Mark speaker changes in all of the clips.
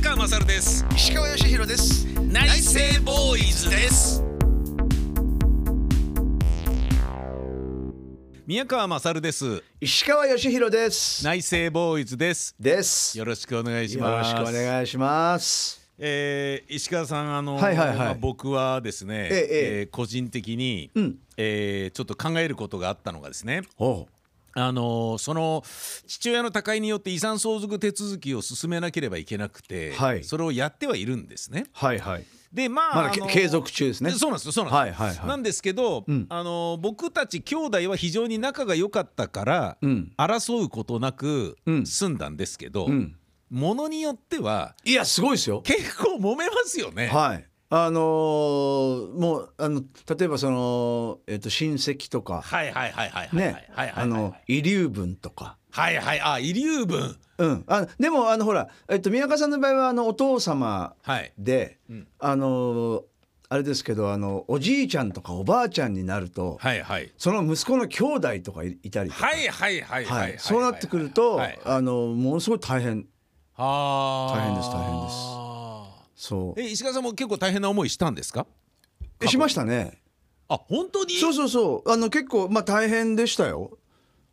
Speaker 1: 川雅るです
Speaker 2: 石川義弘です
Speaker 1: 内政ボーイズです宮川雅るです
Speaker 2: 石川義弘です
Speaker 1: 内政ボーイズです
Speaker 2: です
Speaker 1: よろしくお願いし
Speaker 2: よろ
Speaker 1: ます
Speaker 2: しくお願いします
Speaker 1: えー石川さんあの、
Speaker 2: はいはいはい
Speaker 1: まあ僕はですね、
Speaker 2: ええええ
Speaker 1: 個人的に、
Speaker 2: うん
Speaker 1: えーちょっと考えることがあったのがですね
Speaker 2: お
Speaker 1: あのその父親の他界によって遺産相続手続きを進めなければいけなくて、
Speaker 2: はい
Speaker 1: それをやってはいるんですね。
Speaker 2: はいはい
Speaker 1: でまあ
Speaker 2: まだ
Speaker 1: あ
Speaker 2: け
Speaker 1: の
Speaker 2: 継続中ですね
Speaker 1: そうなんですよそうなんですよ
Speaker 2: はいはいはい
Speaker 1: なんですけど、
Speaker 2: うん
Speaker 1: あの僕たち兄弟は非常に仲が良かったから、
Speaker 2: うん
Speaker 1: 争うことなく
Speaker 2: うん
Speaker 1: 済んだんですけど、
Speaker 2: うん
Speaker 1: ものによってはい
Speaker 2: やすごいですよ
Speaker 1: 結構揉めますよね。
Speaker 2: はいあのーもうあの例えばそのえっと親戚とか
Speaker 1: はいはいはいはいはいはい
Speaker 2: ね
Speaker 1: はいは
Speaker 2: あ
Speaker 1: い
Speaker 2: の遺留分とか
Speaker 1: はいはいあ遺留分
Speaker 2: うんあでもあのほらえっと宮川さんの場合はあのお父様
Speaker 1: はい
Speaker 2: で、
Speaker 1: うん
Speaker 2: あのあれですけどあのおじいちゃんとかおばあちゃんになると、
Speaker 1: はいはい
Speaker 2: その息子の兄弟とかいいたりとか、
Speaker 1: はいはいはい
Speaker 2: はい
Speaker 1: はいはい
Speaker 2: そうなってくると、
Speaker 1: はい
Speaker 2: あのものすごい大変
Speaker 1: あー
Speaker 2: 大変です大変そう
Speaker 1: え石川さんも結構大変な思いしたんですか
Speaker 2: えしましたね
Speaker 1: あ本当に
Speaker 2: そうそうそうあの結構まあ大変でしたよ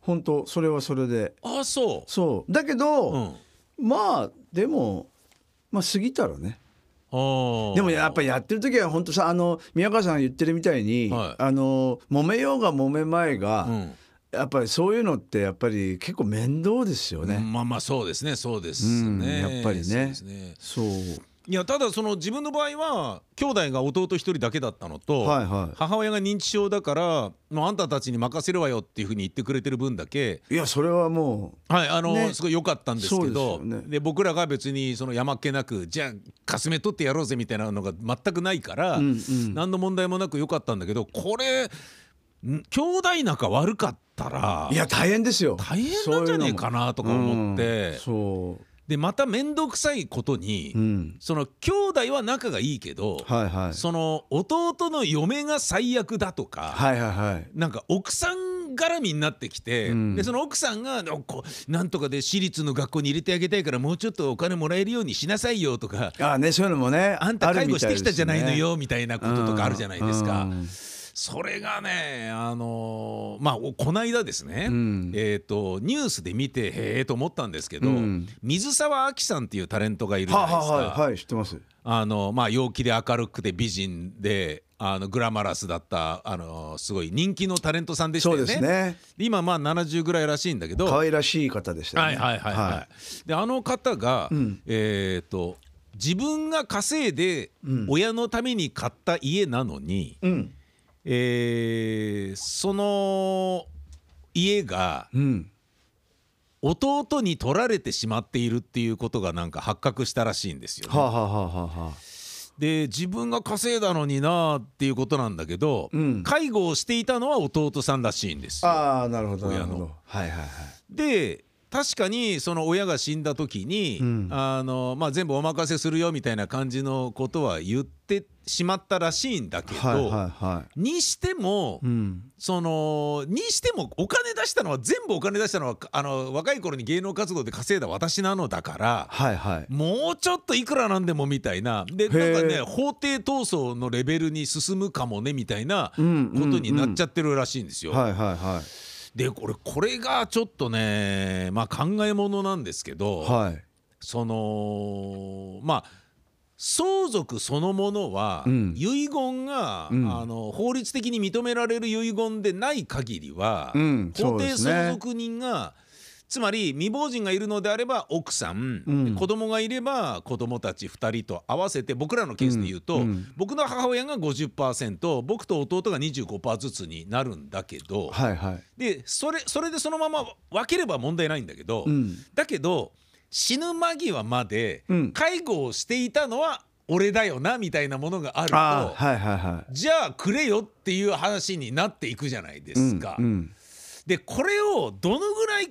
Speaker 2: 本当それはそれで
Speaker 1: あそ
Speaker 2: そうだけど、
Speaker 1: ううん
Speaker 2: まあでもまあ過ぎたらね
Speaker 1: あー
Speaker 2: でもやっぱやってる時は本当さあの宮川さんが言ってるみたいに、
Speaker 1: はい
Speaker 2: あの揉めようが揉めまいが、
Speaker 1: うん
Speaker 2: やっぱりそういうのってやっぱり結構面倒ですよね、
Speaker 1: まあまあそうですねそうです
Speaker 2: うん
Speaker 1: ね、
Speaker 2: やっぱりね
Speaker 1: そうですね
Speaker 2: そう
Speaker 1: いやただその自分の場合は兄弟が弟一人だけだったのと、
Speaker 2: はいは
Speaker 1: 母親が認知症だからもうあんたたちに任せるわよっていうふうに言ってくれてる分だけ
Speaker 2: いいやそれはも
Speaker 1: はいあの
Speaker 2: ね
Speaker 1: すごい良かったんですけど
Speaker 2: そうですよね
Speaker 1: 僕らが別にそのやまっけなくじゃあかすめ取ってやろうぜみたいなのが全くないから、
Speaker 2: うんうん
Speaker 1: 何の問題もなく良かったんだけどこれん兄弟仲悪かったら
Speaker 2: ういや大変ですよ
Speaker 1: 大変なんじゃねえかなとか思って、
Speaker 2: そういうのもうんそ
Speaker 1: でまた面倒くさいことに、
Speaker 2: う、うん、
Speaker 1: その兄弟は仲がいいけど、
Speaker 2: はいはい
Speaker 1: その弟の嫁が最悪だとか。
Speaker 2: はいはいはい
Speaker 1: なんか奥さん絡みになってきて、
Speaker 2: うん
Speaker 1: でその奥さんがおこなんとかで私立の学校に入れてあげたいからもうちょっとお金もらえるようにしなさいよとか
Speaker 2: ああねそういうのもね
Speaker 1: あんた介護してきたじゃないの
Speaker 2: ある
Speaker 1: よみたいな
Speaker 2: みた
Speaker 1: こ
Speaker 2: いですね
Speaker 1: ととかあるじゃないですか。
Speaker 2: うん
Speaker 1: それがねあのーまあおこないだですね、
Speaker 2: うん
Speaker 1: えっ、とニュースで見てへえと思ったんですけど、
Speaker 2: うん
Speaker 1: 水沢あきさんっていうタレントがいるじゃ
Speaker 2: は
Speaker 1: な
Speaker 2: あ
Speaker 1: いですか。
Speaker 2: はあはいはい知ってます
Speaker 1: あのまあ陽気で明るくて美人であのグラマラスだったあのすごい人気のタレントさんでした
Speaker 2: そう
Speaker 1: よね。
Speaker 2: ですね
Speaker 1: 今まあ70ぐらいらしいんだけど。
Speaker 2: 可愛らしい方でしたよ
Speaker 1: はい
Speaker 2: ね
Speaker 1: はいはいはい。であの方が、
Speaker 2: うん
Speaker 1: えっ、と自分が稼いで
Speaker 2: うん
Speaker 1: 親のために買った家なのに、
Speaker 2: うん
Speaker 1: えーその家が
Speaker 2: うん
Speaker 1: 弟に取られてしまっているっていうことがなんか発覚したらしいんですよね、
Speaker 2: はあはあはあはあはあ
Speaker 1: で自分が稼いだのになーっていうことなんだけど、
Speaker 2: うん
Speaker 1: 介護をしていたのは弟さんらしいんですよ。
Speaker 2: ああなるほどなるほ
Speaker 1: 親
Speaker 2: ど
Speaker 1: の
Speaker 2: はいはいはい
Speaker 1: で確かにその親が死んだ時に、
Speaker 2: うん
Speaker 1: あのまあ、全部お任せするよみたいな感じのことは言ってしまったらしいんだけど、
Speaker 2: はいはいは
Speaker 1: にしても、
Speaker 2: いうん
Speaker 1: そのにしてもお金出したのは全部お金出したのはあの若い頃に芸能活動で稼いだ私なのだから。
Speaker 2: はいはい
Speaker 1: もうちょっといくらなんでもみたいなで
Speaker 2: へー
Speaker 1: なんかね法廷闘争のレベルに進むかもねみたいな
Speaker 2: う
Speaker 1: こ
Speaker 2: んうん
Speaker 1: とになっちゃってるらしいんですよ。
Speaker 2: はいはいはい
Speaker 1: で俺これがちょっとねまあ考えものなんですけど、
Speaker 2: はい
Speaker 1: そのまあ相続そのものは、
Speaker 2: うん
Speaker 1: 遺言が、
Speaker 2: うん
Speaker 1: あの法律的に認められる遺言でない限りは、
Speaker 2: うんそ
Speaker 1: 法
Speaker 2: うで
Speaker 1: 定
Speaker 2: すね
Speaker 1: 相続人がつまり未亡人がいるのであれば奥さん、
Speaker 2: うん
Speaker 1: 子供がいれば子供たち2人と合わせて僕らのケースで言うと、
Speaker 2: うんうん
Speaker 1: 僕の母親が50%僕と弟が25%ずつになるんだけど、
Speaker 2: はいはい
Speaker 1: でそれそれでそのまま分ければ問題ないんだけど、
Speaker 2: うん
Speaker 1: だけど死ぬ間際まで
Speaker 2: うん
Speaker 1: 介護をしていたのは俺だよなみたいなものがあると
Speaker 2: ああはいはいは
Speaker 1: じゃあくれよっていう話になっていくじゃないで
Speaker 2: い
Speaker 1: すか。
Speaker 2: うんうん
Speaker 1: でこれをどのぐらい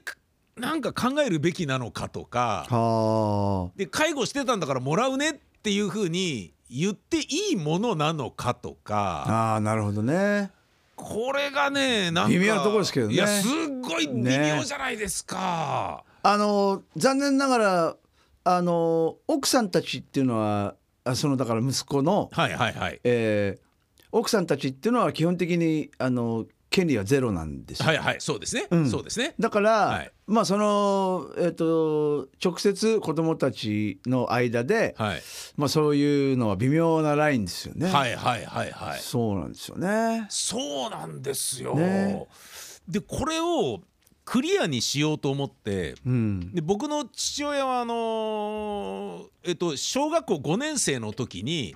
Speaker 1: なんか考えるべきなのかとか
Speaker 2: は
Speaker 1: で介護してたんだからもらうねっていうふうに言っていいものなのかとか。
Speaker 2: あああなるほどね
Speaker 1: これがねなんか
Speaker 2: 微妙なとこですけどね
Speaker 1: いやすっごい微妙じゃないですか、
Speaker 2: あの残念ながらあの奥さんたちっていうのはあそのだから息子の、
Speaker 1: はいはいはい
Speaker 2: えー奥さんたちっていうのは基本的にあの権利はゼロなんですよ
Speaker 1: はいはいそうですね、
Speaker 2: うん
Speaker 1: そうですね
Speaker 2: だから、
Speaker 1: はい
Speaker 2: まあそのえっ、と直接子供たちの間で、
Speaker 1: はい、
Speaker 2: まあそういうのは微妙なラインですよね。
Speaker 1: はいはいはいはい
Speaker 2: そうなんですよね。
Speaker 1: そうなんですよ、
Speaker 2: ね
Speaker 1: でこれをクリアにしようと思って
Speaker 2: うん。
Speaker 1: で僕の父親はあのーえっと、小学校5年生の時に、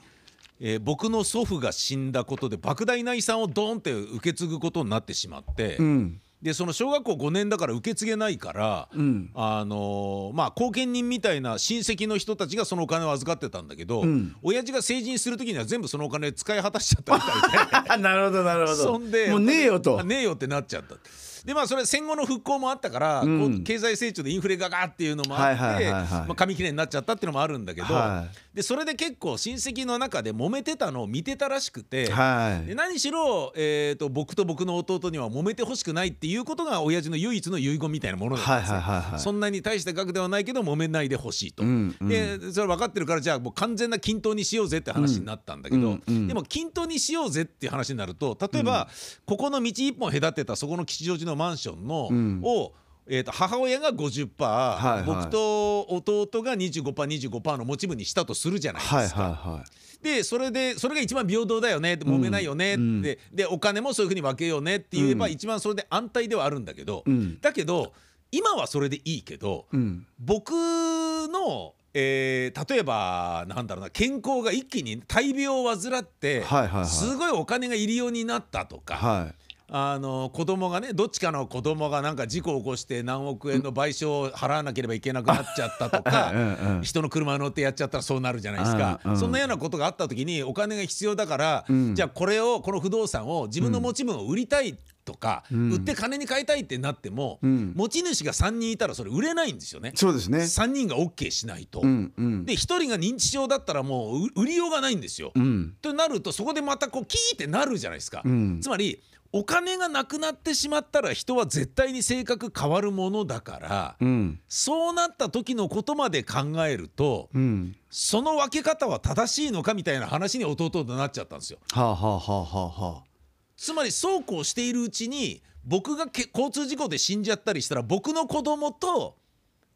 Speaker 1: えー僕の祖父が死んだことで莫大な遺産をドーンって受け継ぐことになってしまって、
Speaker 2: うん。
Speaker 1: でその小学校5年だから受け継げないから、
Speaker 2: うん。
Speaker 1: あのーまあ後見人みたいな親戚の人たちがそのお金を預かってたんだけど、
Speaker 2: うん
Speaker 1: 親父が成人する時には全部そのお金使い果たしちゃったみたいで。
Speaker 2: なるほどなるほど。
Speaker 1: そんで
Speaker 2: もうねえよと
Speaker 1: あ。ねえよってなっちゃったでまあそれ戦後の復興もあったから、
Speaker 2: うん
Speaker 1: こう経済成長でインフレがガーっていうのもあって、
Speaker 2: はいはいはいはい
Speaker 1: まあ、紙切れになっちゃったっていうのもあるんだけど、
Speaker 2: は
Speaker 1: でそれで結構親戚の中で揉めてたのを見てたらしくて、
Speaker 2: い。は
Speaker 1: で
Speaker 2: い。
Speaker 1: 何しろ、えー、と僕と僕の弟には揉めてほしくないっていうことが親父の唯一の遺言みたいなものだったん
Speaker 2: はいはい
Speaker 1: ですよ、
Speaker 2: はいはい。
Speaker 1: そんなに大した額ではないけど揉めないでほしいと。
Speaker 2: うんうん
Speaker 1: でそれ分かってるからじゃあもう完全な均等にしようぜって話になったんだけど、
Speaker 2: うんうん
Speaker 1: でも均等にしようぜっていう話になると例えば、ここの道一本隔てたそこの吉祥寺のマンションの、
Speaker 2: うん
Speaker 1: を、えー、と母親が50%、
Speaker 2: いはい
Speaker 1: 僕と弟が 25%25% の持ち分にしたとするじゃないですか。
Speaker 2: はいはいは
Speaker 1: でそれでそれが一番平等だよねって揉めないよねって、
Speaker 2: うん
Speaker 1: ででお金もそういうふうに分けようねって言えば
Speaker 2: うん
Speaker 1: 一番それで安泰ではあるんだけど、
Speaker 2: い。うん。
Speaker 1: だけど今はそれでいいけど。
Speaker 2: うん。
Speaker 1: 僕の、えー例えばなんだろうな健康が一気に大病を患って、
Speaker 2: はいはいはい。
Speaker 1: すごいお金が入りようになったとか、
Speaker 2: は
Speaker 1: あの子供がねどっちかの子供がなんか事故を起こして何億円の賠償を払わなければいけなくなっちゃったと
Speaker 2: い。。
Speaker 1: か
Speaker 2: うんうん
Speaker 1: 人の車乗ってやっちゃったらそうなるじゃないですか、
Speaker 2: うんうん
Speaker 1: そんなようなことがあった時にお金が必要だから、
Speaker 2: うん
Speaker 1: じゃあこれをこの不動産を自分の持ち分を売りたいとか、
Speaker 2: うん
Speaker 1: 売って金に変えたいってなっても、
Speaker 2: うん
Speaker 1: 持ち主が3人いたらそれ売れないんですよね。
Speaker 2: そうですね。
Speaker 1: 3人が OK しないと、
Speaker 2: うんうん。
Speaker 1: で1人が認知症だったらもうう売りようがないんですよ。
Speaker 2: うん。
Speaker 1: となるとそこでまたこうキーってなるじゃないですか。
Speaker 2: うん
Speaker 1: つまりお金がなくなってしまったら人は絶対に性格変わるものだから、
Speaker 2: うん。
Speaker 1: そうなった時のことまで考えると
Speaker 2: うん。
Speaker 1: その分け方は正しいのかみたいな話に弟となっちゃったんですよ。
Speaker 2: はあはあはあはあはあ。
Speaker 1: つまりそうこうしているうちに僕がけ交通事故で死んじゃったりしたら僕の子供と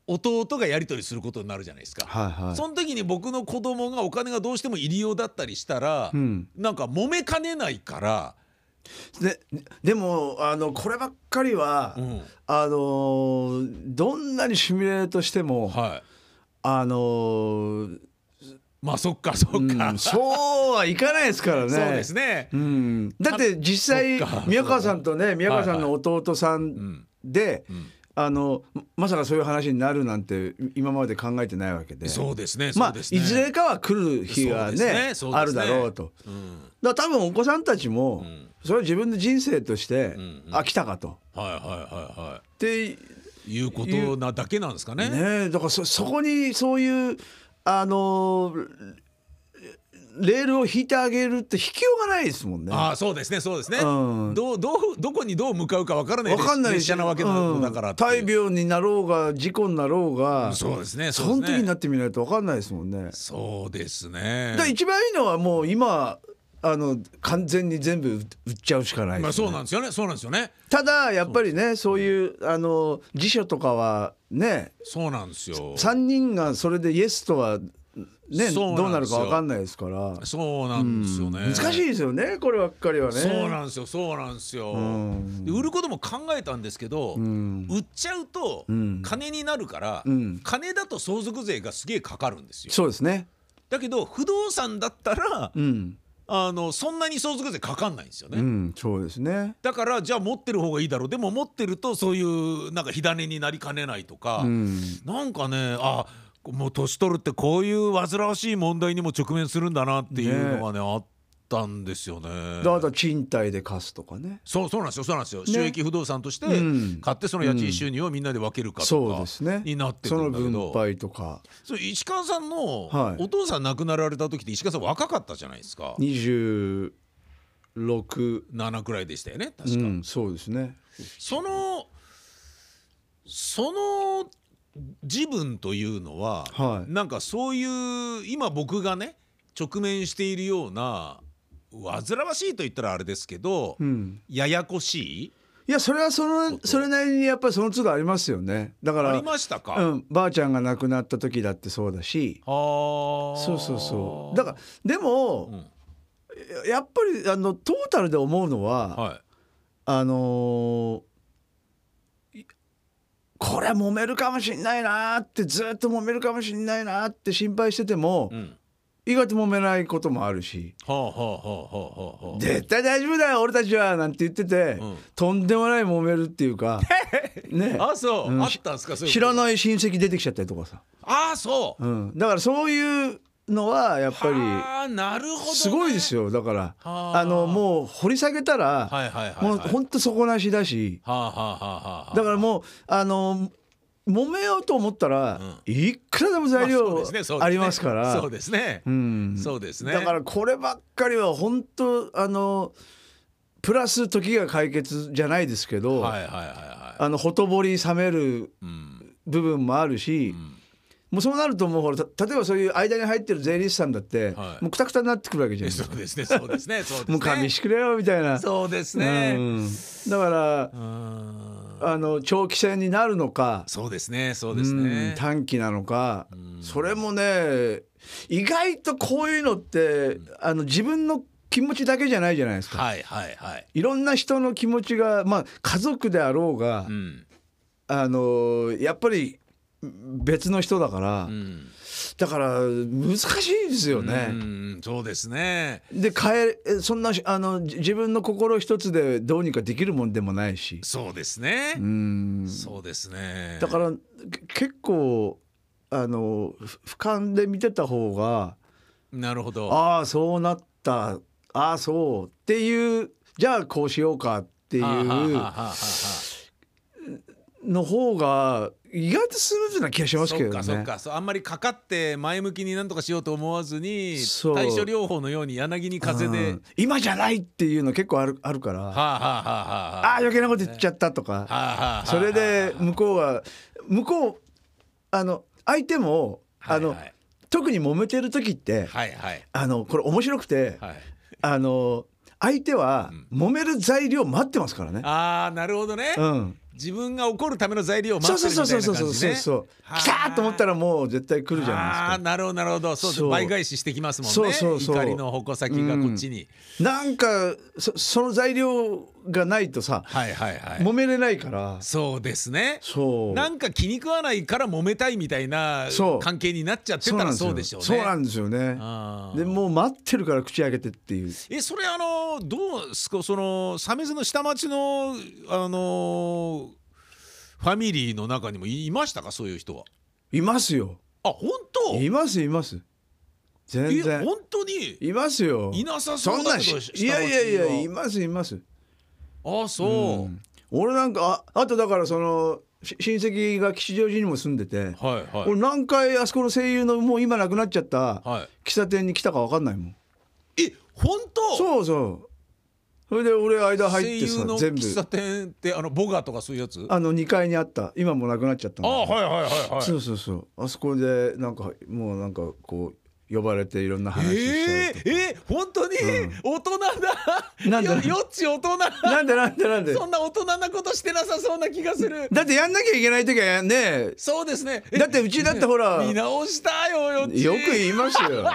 Speaker 1: 弟がやり取りすることになるじゃないですか。
Speaker 2: はいはい。
Speaker 1: その時に僕の子供がお金がどうしても入り用だったりしたら、
Speaker 2: うん、
Speaker 1: なんか揉めかねないから、
Speaker 2: ででもあのこればっかりは、
Speaker 1: うん
Speaker 2: あのーどんなにシミュレートしても、
Speaker 1: はい
Speaker 2: あのー
Speaker 1: まあそっかそっか、
Speaker 2: うんそうはいかないですからね。
Speaker 1: そうですね、
Speaker 2: うん、だって実際
Speaker 1: そっか
Speaker 2: 宮川さんとね宮川さんの弟さ
Speaker 1: うんん
Speaker 2: で、
Speaker 1: うん
Speaker 2: あのままさかそういう話になるなんて今まで考えてないわけで
Speaker 1: そうですね
Speaker 2: ま
Speaker 1: そ
Speaker 2: あ
Speaker 1: うですね
Speaker 2: いずれかは来る日が
Speaker 1: そう
Speaker 2: ね
Speaker 1: ですねそうですね
Speaker 2: あるだろうと。
Speaker 1: うん
Speaker 2: だから多分お子さんたちも、
Speaker 1: ん
Speaker 2: それは自分の人生として、
Speaker 1: んうん
Speaker 2: あ来たかと。
Speaker 1: はいはいはいは
Speaker 2: で
Speaker 1: いいうことなだけなんですかね
Speaker 2: ねえだからそそこにそういうあのーレールを引いてあげるって引きようがないですもんね。
Speaker 1: ああそうですねそうですね、
Speaker 2: うん
Speaker 1: どうどうどこにどう向かうかわからない
Speaker 2: わかんない
Speaker 1: 列車なわけな
Speaker 2: う
Speaker 1: の
Speaker 2: ん
Speaker 1: だからっていう
Speaker 2: 大病になろうが事故になろうが、
Speaker 1: そうですね
Speaker 2: その時にな
Speaker 1: って
Speaker 2: ってみないとわかんないですもんね。だ
Speaker 1: そうですね
Speaker 2: から一番いいのはもう今あの完全に全部売っちゃうしかない
Speaker 1: まあ
Speaker 2: です
Speaker 1: そ
Speaker 2: よ
Speaker 1: う
Speaker 2: ね、
Speaker 1: なんですよねそうなんですよね
Speaker 2: ただやっぱりねそういうあの辞書とかはね
Speaker 1: そうなんですよ
Speaker 2: 3人がそれでイエスとはね
Speaker 1: そうなんですよ
Speaker 2: どうなるかわかんないですから
Speaker 1: そうなんですよね、
Speaker 2: 難しいですよねこればっかりはね。
Speaker 1: そうなんですよそうなんですよ、
Speaker 2: ん
Speaker 1: で売ることも考えたんですけど、
Speaker 2: うん
Speaker 1: 売っちゃうと
Speaker 2: ん
Speaker 1: 金になるから、
Speaker 2: うん
Speaker 1: 金だと相続税がすげえかかるんですよ
Speaker 2: そうですね。
Speaker 1: だけど不動産だったら、
Speaker 2: うん、
Speaker 1: あのそんなに相続税かかんないんですよね、
Speaker 2: うん、そうですね。
Speaker 1: だからじゃあ持ってる方がいいだろうでも持ってるとそういうなんか火種になりかねないとか、
Speaker 2: うん、
Speaker 1: なんかねあもう年取るってこういう煩わしい問題にも直面するんだなっていうのがねあったんですよね。
Speaker 2: だあとは賃貸で貸すとかね。
Speaker 1: そうそうなんですよそうなんですよ、
Speaker 2: ね
Speaker 1: 収益不動産として
Speaker 2: うん
Speaker 1: 買ってその家賃収入をみんなで分けるかと
Speaker 2: そう
Speaker 1: か
Speaker 2: ですね。
Speaker 1: になってく
Speaker 2: そ
Speaker 1: る
Speaker 2: の
Speaker 1: んだけど
Speaker 2: 分配とか
Speaker 1: そう石川さんの
Speaker 2: はい
Speaker 1: お父さん亡くなられた時って石川さん若かったじゃないですか
Speaker 2: 26、う
Speaker 1: 7くらいでしたよね確か、
Speaker 2: ん、そうですね。
Speaker 1: そのその自分というのは、
Speaker 2: はい
Speaker 1: なんかそういう今僕がね直面しているような煩わしいと言ったらあれですけど、
Speaker 2: うん、
Speaker 1: ややこしい
Speaker 2: いやそれはその
Speaker 1: こと
Speaker 2: それなりにやっぱりその都度ありますよねだか
Speaker 1: あ
Speaker 2: ら
Speaker 1: り、ましたか、
Speaker 2: う
Speaker 1: は
Speaker 2: ん、ばあちゃんが亡くなった時だってそうだし
Speaker 1: あ
Speaker 2: そうそうそうだからでも、
Speaker 1: うん
Speaker 2: ややっぱりあのトータルで思うのは、
Speaker 1: はい
Speaker 2: あのーいこれは揉めるかもしんないなーってずっと揉めるかもしんないなーって心配してても、
Speaker 1: うん
Speaker 2: 意外と揉めないこともあるし
Speaker 1: はあはあはあはあはあ
Speaker 2: 「絶対大丈夫だよ俺たちは」なんて言ってて、
Speaker 1: うん
Speaker 2: とんでもない揉めるっていう かね
Speaker 1: あそう、
Speaker 2: うん
Speaker 1: あったんですかそういう
Speaker 2: 知ら
Speaker 1: い
Speaker 2: ない親戚出てきちゃったりとかさ、
Speaker 1: ああそう
Speaker 2: うん、だからそういうのはやっぱり
Speaker 1: ああなるほど、ね、
Speaker 2: すごいです
Speaker 1: よ
Speaker 2: よだから
Speaker 1: はあ
Speaker 2: あのもう掘り下げたら、
Speaker 1: はいはいはい、はい、
Speaker 2: もうほんと底なしだし。
Speaker 1: はあはあはあはあ
Speaker 2: だからもうあの揉めようと思ったら、いくらでも材
Speaker 1: まあそう
Speaker 2: 料
Speaker 1: ですねそうですね
Speaker 2: ありますから、
Speaker 1: そうですね、
Speaker 2: うん
Speaker 1: そうですね
Speaker 2: だからこればっかりは本当あのプラス時が解決じゃないですけど、
Speaker 1: はいはいはいはい
Speaker 2: あのほとぼり冷める
Speaker 1: うん
Speaker 2: 部分もあるし、もうそうなるともうほらた例えばそういう間に入ってる税理士さんだって、
Speaker 1: はい
Speaker 2: もうくたくたになってくるわけじゃ
Speaker 1: え
Speaker 2: ないです
Speaker 1: そ
Speaker 2: か。
Speaker 1: うですねそうですねそうですね
Speaker 2: もう勘弁してくれよみたいな。
Speaker 1: そうです
Speaker 2: う
Speaker 1: ね
Speaker 2: んだから
Speaker 1: うーん
Speaker 2: あの長期戦になるのか、
Speaker 1: そうですねそうですね
Speaker 2: うん短期なのか、それもね意外とこういうのって、あの自分の気持ちだけじゃないじゃないですか、
Speaker 1: はいはいはい
Speaker 2: い、ろんな人の気持ちが、まあ、家族であろうが、
Speaker 1: うん
Speaker 2: あのやっぱり別の人だから、
Speaker 1: うん
Speaker 2: だから難しいですよ
Speaker 1: う
Speaker 2: ね。
Speaker 1: んそうですね
Speaker 2: で変ええそんなあのじ自分の心一つでどうにかできるもんでもないし、
Speaker 1: そうですね
Speaker 2: うん、
Speaker 1: そうですね
Speaker 2: だからけ結構あのふ俯瞰で見てた方が
Speaker 1: なるほど
Speaker 2: ああそうなったああそうっていうじゃあこうしようかってい
Speaker 1: はあはあはあ
Speaker 2: う
Speaker 1: はあはあ
Speaker 2: の方が意外とスムーズな気がしますけ
Speaker 1: そっ
Speaker 2: ど
Speaker 1: かそっ
Speaker 2: ね。
Speaker 1: かそうあんまりかかって前向きになんとかしようと思わずに
Speaker 2: そう
Speaker 1: 対処療法のように柳に風で、
Speaker 2: うん今じゃないっていうの結構あるあるから、
Speaker 1: はあはあはあは
Speaker 2: ああ余計なこと言っちゃったとか、
Speaker 1: はあはあはあ
Speaker 2: それで向こうは向こうあの相手も、
Speaker 1: はい
Speaker 2: あの特に揉めてる時って、
Speaker 1: はいはい
Speaker 2: あのこれ面白くて、
Speaker 1: はい
Speaker 2: あの相手は揉める材料待ってますからね。
Speaker 1: ああなるほどね、
Speaker 2: うん。
Speaker 1: 自分が怒るための材料を待
Speaker 2: そ
Speaker 1: っ
Speaker 2: う
Speaker 1: て
Speaker 2: そう
Speaker 1: るみ
Speaker 2: そうそ
Speaker 1: た
Speaker 2: う
Speaker 1: いな
Speaker 2: そう
Speaker 1: 感じね
Speaker 2: そうそうそう。来たと思った
Speaker 1: ら
Speaker 2: らもう絶対来るじゃ
Speaker 1: あ
Speaker 2: な
Speaker 1: あ
Speaker 2: い
Speaker 1: ー
Speaker 2: で
Speaker 1: なるほどなるほどそうです
Speaker 2: そう
Speaker 1: 倍返ししてきますもんね
Speaker 2: そうそうそう
Speaker 1: 怒りの矛先がこっちに、
Speaker 2: すか。なんかそその材料がないとさ、
Speaker 1: はいはいはい
Speaker 2: 揉めれないから。
Speaker 1: そうですね
Speaker 2: そう。
Speaker 1: なんか気に食わないから揉めたいみたいな
Speaker 2: そう
Speaker 1: 関係になっちゃって
Speaker 2: そう
Speaker 1: た
Speaker 2: な
Speaker 1: ら
Speaker 2: んです
Speaker 1: そ
Speaker 2: よ
Speaker 1: うでしょうね
Speaker 2: そうなんですよね。
Speaker 1: あー
Speaker 2: でもう待ってるから口開けてっていう。
Speaker 1: えそれあのどうすかその鮫洲の下町のあのファミリーの中にもいいましたかそういう人はい
Speaker 2: ますよ。
Speaker 1: あ本当
Speaker 2: いますいます。全
Speaker 1: え
Speaker 2: 然
Speaker 1: 本当に
Speaker 2: いますよ。
Speaker 1: いなさ
Speaker 2: そ
Speaker 1: そ
Speaker 2: ん
Speaker 1: うだ
Speaker 2: な
Speaker 1: け
Speaker 2: し
Speaker 1: ど
Speaker 2: いやいや
Speaker 1: 下町はい
Speaker 2: いやますいます。
Speaker 1: あそう、
Speaker 2: うん俺なんかああとだからそのし親戚が吉祥寺にも住んでて、
Speaker 1: はいはい
Speaker 2: 俺何回あそこの声優のもう今なくなっちゃった
Speaker 1: は
Speaker 2: 喫茶店に来たか分かんないもん
Speaker 1: いえ本当
Speaker 2: そうそうそれで俺間
Speaker 1: 声
Speaker 2: 入って
Speaker 1: 優
Speaker 2: さ
Speaker 1: の
Speaker 2: 全部
Speaker 1: 喫茶店ってあのボガとかそういうやつあ
Speaker 2: あの2階にあった今もうなくなっちゃったんだ
Speaker 1: はいはいはいはい
Speaker 2: そうそうそうあそこでなんかもうなんかこう呼ばれていろんな話した
Speaker 1: え
Speaker 2: りと
Speaker 1: ー、えー本当に、大人だ
Speaker 2: なんで
Speaker 1: よよっち大人
Speaker 2: かなんでなんでなんで
Speaker 1: そんな大人なことしてなさそうな気がする
Speaker 2: だってやんなきゃいけない時はやんね
Speaker 1: そうですね。え
Speaker 2: だってうちだってほら
Speaker 1: 見直したよよっち。
Speaker 2: よく言いますよ。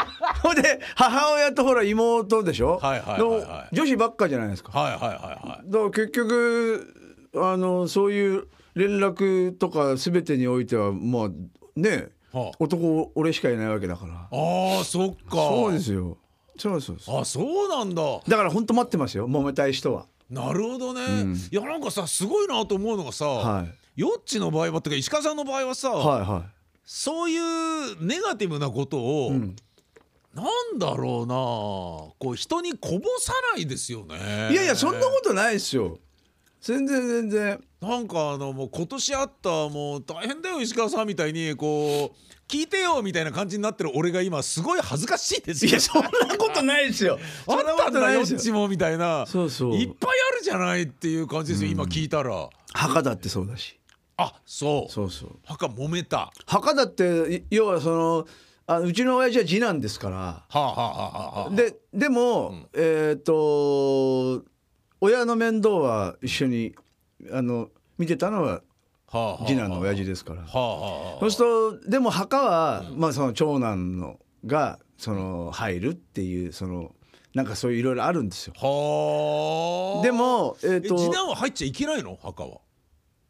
Speaker 2: ほんで母親とほら妹でしょ、
Speaker 1: はいはいはいはい
Speaker 2: の女子ばっかじゃないですか。
Speaker 1: はいはいはいはい。
Speaker 2: だから結局あのそういう連絡とか全てにおいてはまあね、
Speaker 1: はあ
Speaker 2: 男俺しかいないわけだから。
Speaker 1: ああそっか。
Speaker 2: そうですよ。そうそうそう。
Speaker 1: あそうなんだ。
Speaker 2: だから本当待ってますよ揉めたい人は。
Speaker 1: なるほどね。いやなんかさすごいなと思うのがさ、
Speaker 2: は
Speaker 1: よっちの場合はってか石川さんの場合はさ、
Speaker 2: はいは
Speaker 1: そういうネガティブなことを、なんだろうなこう人にこぼさないですよね。
Speaker 2: い。いやいやそんなことないですよ。全然全然。
Speaker 1: なんかあのもう今年あったもう大変だよ石川さんみたいにこう聞いてよみたいな感じになってる俺が今すごい恥ずかしいですよ。
Speaker 2: いやそんなことないですよ。
Speaker 1: あっ
Speaker 2: そんな
Speaker 1: た
Speaker 2: こ
Speaker 1: ん
Speaker 2: と
Speaker 1: だ
Speaker 2: ない
Speaker 1: よ
Speaker 2: で
Speaker 1: っ
Speaker 2: すよ
Speaker 1: ちもみたいな
Speaker 2: そうそう
Speaker 1: っぱいあるじゃないっていう感じですよ今聞いたら。
Speaker 2: 墓だってそうだし。
Speaker 1: あそう
Speaker 2: そうそう
Speaker 1: 墓揉めたは
Speaker 2: 墓だってい要はそのあうちの親父は次男ですから
Speaker 1: あ、はあはあはあ、
Speaker 2: ででも、えっ、と親の面倒は一緒にあの見てたのは
Speaker 1: はあはあはあ、
Speaker 2: 次男の親父ですから
Speaker 1: はあはあはあ
Speaker 2: そうするとでも墓は、まあ、その長男のがその入るっていうそのなんかそういういろいろあるんですよ。
Speaker 1: はあ
Speaker 2: でも、えっ
Speaker 1: え
Speaker 2: と
Speaker 1: 次男は入っちゃいけないの墓は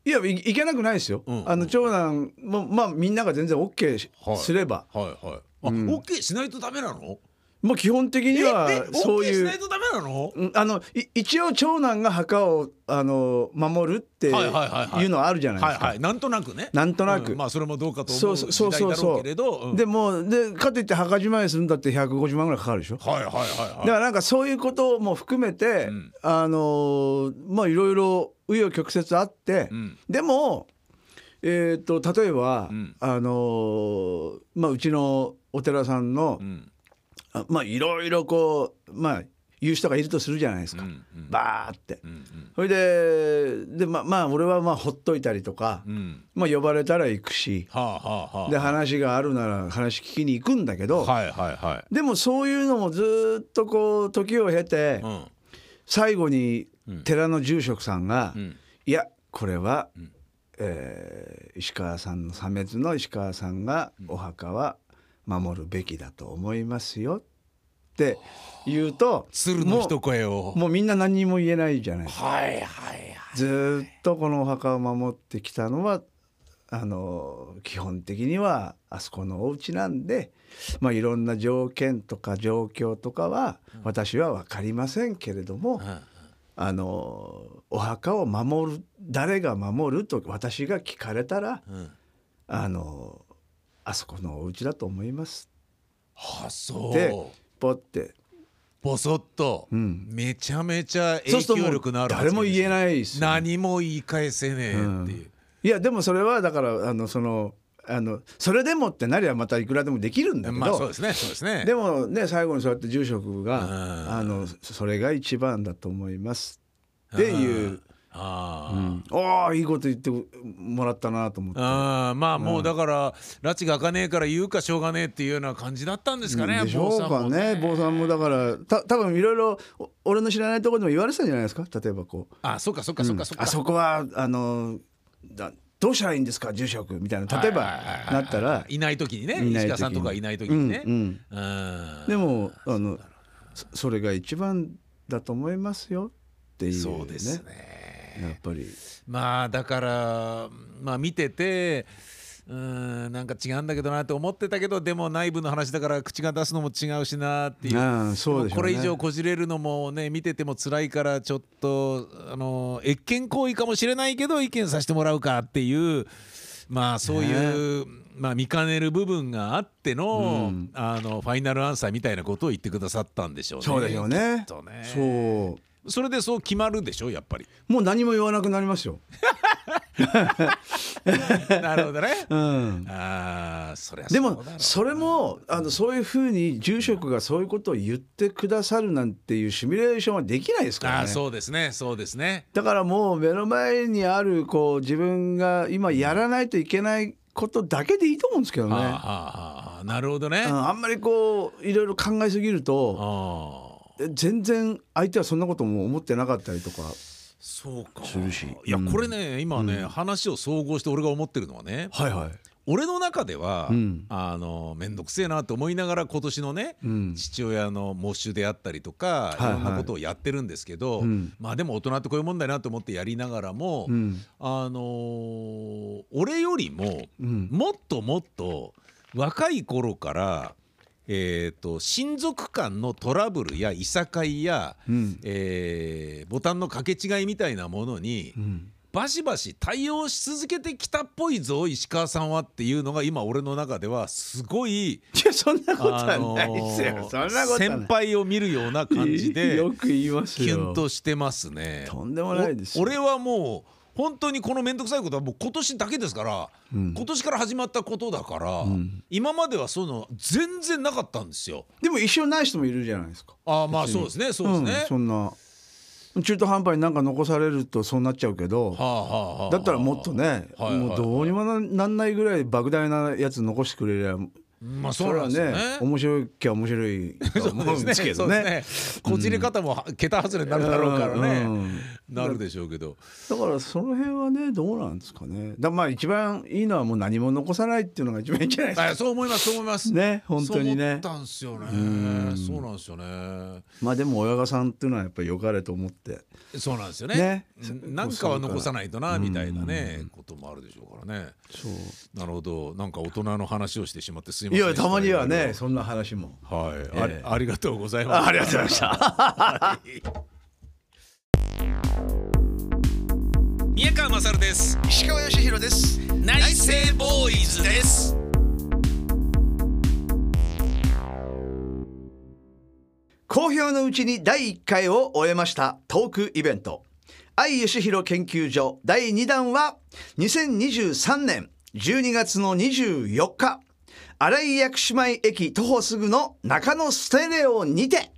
Speaker 1: い
Speaker 2: やいいけなくないですよ。
Speaker 1: うん
Speaker 2: あの長男もまあみんなが全然 OK し、
Speaker 1: はい
Speaker 2: すれば
Speaker 1: はいはいあ、
Speaker 2: うん
Speaker 1: オッケーしないとダメなの
Speaker 2: もう基本的
Speaker 1: え
Speaker 2: に
Speaker 1: え
Speaker 2: はそう
Speaker 1: オッケーし
Speaker 2: い。
Speaker 1: ないうとダメなの
Speaker 2: うんあのい一応長男が墓をあの守るっていう
Speaker 1: はいはいはいはい
Speaker 2: のはあるじゃないで
Speaker 1: はい
Speaker 2: す
Speaker 1: は
Speaker 2: か
Speaker 1: いなんとなくね
Speaker 2: なんとなく
Speaker 1: うんまあそれもどうかと
Speaker 2: そ
Speaker 1: 思う
Speaker 2: うそう
Speaker 1: 時
Speaker 2: そう
Speaker 1: 代
Speaker 2: そう
Speaker 1: だろう
Speaker 2: そ
Speaker 1: け
Speaker 2: う
Speaker 1: れどうん
Speaker 2: でもうでかといって墓じまいするんだって150万ぐらいかかるでしょ
Speaker 1: はいはいはいは
Speaker 2: だ
Speaker 1: い
Speaker 2: からなんかそういうことも含めて、
Speaker 1: うん
Speaker 2: あのーまあいろいろ紆余曲折あって、
Speaker 1: うん
Speaker 2: でも、えー、と例えば、
Speaker 1: うん
Speaker 2: あのーまあ、うちのお寺さんの、
Speaker 1: うん
Speaker 2: あまあいろいろこう、まあ、言う人がいるとするじゃないで
Speaker 1: う
Speaker 2: す
Speaker 1: ん
Speaker 2: か、
Speaker 1: うん
Speaker 2: バーって。
Speaker 1: うん
Speaker 2: それででまあまあ俺はまあほっといたりとか、
Speaker 1: うんうん
Speaker 2: まあ、呼ばれたら行くし
Speaker 1: はあはあはあ
Speaker 2: で話があるなら話聞きに行くんだけど、
Speaker 1: はいはいは
Speaker 2: でもそういうのもずーっとこう時を経て。
Speaker 1: いうん
Speaker 2: 最後に
Speaker 1: うん
Speaker 2: 寺の住職さんが「
Speaker 1: うん
Speaker 2: いやこれは、
Speaker 1: ん
Speaker 2: えー石川さんの鮫滅の石川さんがお墓は守るべきだと思いますよ」って言うと
Speaker 1: 鶴の一声を
Speaker 2: もうもうみんな何にも言えないじゃない
Speaker 1: はいはいはい
Speaker 2: ずーっとこのお墓を守ってきたのはあの基本的にはあそこのお家なんで、まあ、いろんな条件とか状況とかは私は分かりませんけれども、あのお墓を守る誰が守ると私が聞かれたら
Speaker 1: うんうん
Speaker 2: あのあそこのお家だと思います
Speaker 1: はあ
Speaker 2: で
Speaker 1: そう
Speaker 2: ポって、
Speaker 1: ボソッと
Speaker 2: うん、
Speaker 1: めちゃめちゃ
Speaker 2: そう
Speaker 1: 影
Speaker 2: すると
Speaker 1: 響
Speaker 2: も
Speaker 1: 力のあ
Speaker 2: う
Speaker 1: る
Speaker 2: 誰も言え
Speaker 1: い
Speaker 2: ないですよ
Speaker 1: 何も言い返せねえっていう
Speaker 2: いやでもそれはだからあのそのあのそれでもってなりゃまたいくらでもできるんだけど、
Speaker 1: まあそうですねそうですね
Speaker 2: でもね最後にそうやって住職が、
Speaker 1: うん
Speaker 2: あのそれが一番だと思いますっていう、
Speaker 1: あ
Speaker 2: う
Speaker 1: あ、
Speaker 2: ん、ああいいこと言ってもらったなと思って。
Speaker 1: あーまあもうだから拉致が開かねえから言うかしょうがねえっていうような感じだったんですかね、
Speaker 2: でしょう
Speaker 1: 坊さん
Speaker 2: か
Speaker 1: も
Speaker 2: ね坊さんもだからた多分いろいろお俺の知らないところでも言われてたんじゃないですか例えばこう
Speaker 1: あそっかそっかそっかそっか、
Speaker 2: あそこはあのだどうしたらいいんですか住職みたいな例えば
Speaker 1: はいはいはいはい
Speaker 2: なったら
Speaker 1: いない時にね
Speaker 2: いない時に
Speaker 1: 石川さんとかいない時にね、
Speaker 2: う
Speaker 1: うん
Speaker 2: んうんでもあのそそれが一番だと思いますよっていうね
Speaker 1: そうですね
Speaker 2: やっぱり
Speaker 1: まあだからまあ見ててうーんなんか違うんだけどなって思ってたけどでも内部の話だから口が出すのも違うしなっていう
Speaker 2: ああそうでしょうね
Speaker 1: これ以上こじれるのもね見てても辛いからちょっとあの越権行為かもしれないけど意見させてもらうかっていうまあそういう、まあ見かねる部分があっての,、
Speaker 2: うん
Speaker 1: あのファイナルアンサーみたいなことを言ってくださったんでしょうね。
Speaker 2: そうでしょうね
Speaker 1: きっとね
Speaker 2: そう
Speaker 1: それでそう決まるでしょやっぱ り。
Speaker 2: もう何も言わなくなりますよ
Speaker 1: なるほどね。
Speaker 2: うん
Speaker 1: ああそりゃ
Speaker 2: で
Speaker 1: そう
Speaker 2: も
Speaker 1: だろう
Speaker 2: それもあのそういうふうに住職がそういうことを言ってくださるなんていうシミュレーションはできないですから
Speaker 1: あ
Speaker 2: ね
Speaker 1: ーそうですねそうですね
Speaker 2: だからもう目の前にあるこう自分が今やらないといけないことだけでいいと思うんですけどね
Speaker 1: はあ、はあ
Speaker 2: あ
Speaker 1: はあなるほどね、あ
Speaker 2: あんまりこういろいろ考えすぎると
Speaker 1: あ
Speaker 2: 全然相手はそんなことも思ってなかったりとか
Speaker 1: そうか
Speaker 2: するし
Speaker 1: いや
Speaker 2: うん
Speaker 1: これね今ね、話を総合して俺が思ってるのはね
Speaker 2: はいはい
Speaker 1: 俺の中では、
Speaker 2: うん
Speaker 1: あの面倒くせえなと思いながら今年のね、
Speaker 2: うん
Speaker 1: 父親の喪主であったりとか、
Speaker 2: はいはい
Speaker 1: いろんなことをやってるんですけど、
Speaker 2: うん
Speaker 1: まあでも大人ってこういうもんだなと思ってやりながらも、
Speaker 2: うん
Speaker 1: あのー俺よりも
Speaker 2: うん
Speaker 1: もっともっと若い頃から、えー、と親族間のトラブルやいさかいや、
Speaker 2: うん
Speaker 1: えーボタンの掛け違いみたいなものに
Speaker 2: うん
Speaker 1: バシバシ対応し続けてきたっぽいぞ石川さんはっていうのが今俺の中ではすごい。
Speaker 2: いやそんなことは
Speaker 1: あの
Speaker 2: ないですよ、
Speaker 1: ー
Speaker 2: そんなことはない
Speaker 1: 先輩を見るような感じで
Speaker 2: よく言います
Speaker 1: キ
Speaker 2: よ
Speaker 1: ュンとしてますね。
Speaker 2: とんでもないですよ
Speaker 1: お俺はもう本当にこの面倒くさいことはもう今年だけですから、
Speaker 2: うん
Speaker 1: 今年から始まったことだから、
Speaker 2: ん
Speaker 1: 今まではそういうの全然なかったんですよ。
Speaker 2: でも一緒ない人もいるじゃないですか
Speaker 1: ああまあ
Speaker 2: 別に
Speaker 1: そうですねそうですね
Speaker 2: ん、。そんな中途半端になんか残されるとそうなっちゃうけど、
Speaker 1: はあはあはあ
Speaker 2: だったらもっとね、
Speaker 1: はいはい
Speaker 2: もうどうにもななんないぐらい莫大なやつ残してくれりゃ
Speaker 1: まあそうなんですよね
Speaker 2: それは面白いきゃ面白いと思うんですけど
Speaker 1: そう
Speaker 2: ね
Speaker 1: ですねこじれ方もは桁外れになるだろうからね、
Speaker 2: うんうん
Speaker 1: なるでしょうけど
Speaker 2: だからその辺はねどうなんですかねだまあ一番いいのはもう何も残さないっていうのが一番いいんじゃないです
Speaker 1: あそう思いますそう思います
Speaker 2: かね本当にね
Speaker 1: そう思ったんですよねそうなんですよね
Speaker 2: まあでも親御さんっていうのはやっぱり良かれと思って
Speaker 1: そうなんですよね
Speaker 2: ね
Speaker 1: うんなんかは残さないとなみたいなねこともあるでしょうからね
Speaker 2: そう
Speaker 1: なるほどなんか大人の話をしてしまってすいま
Speaker 2: い
Speaker 1: せん
Speaker 2: やたまにはねそんな話も
Speaker 1: はい、あり
Speaker 2: ええ
Speaker 1: ありがとうございます
Speaker 2: あありがとうございました
Speaker 1: 宮川勝です
Speaker 2: 石川義弘です
Speaker 1: 内政ボーイズです
Speaker 2: 好評のうちに第1回を終えましたトークイベント愛義弘研究所第2弾は2023年12月の24日新井薬師前駅徒歩すぐの中野ステレオにて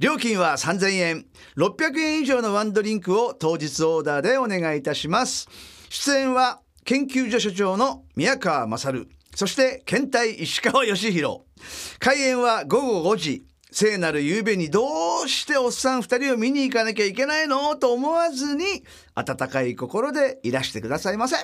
Speaker 2: 料金は3000円600円以上のワンドリンクを当日オーダーでお願いいたします出演は研究所所長の宮川勝そして検体石川義弘開演は午後5時聖なる夕べにどうしておっさん2人を見に行かなきゃいけないのと思わずに温かい心でいらしてくださいませ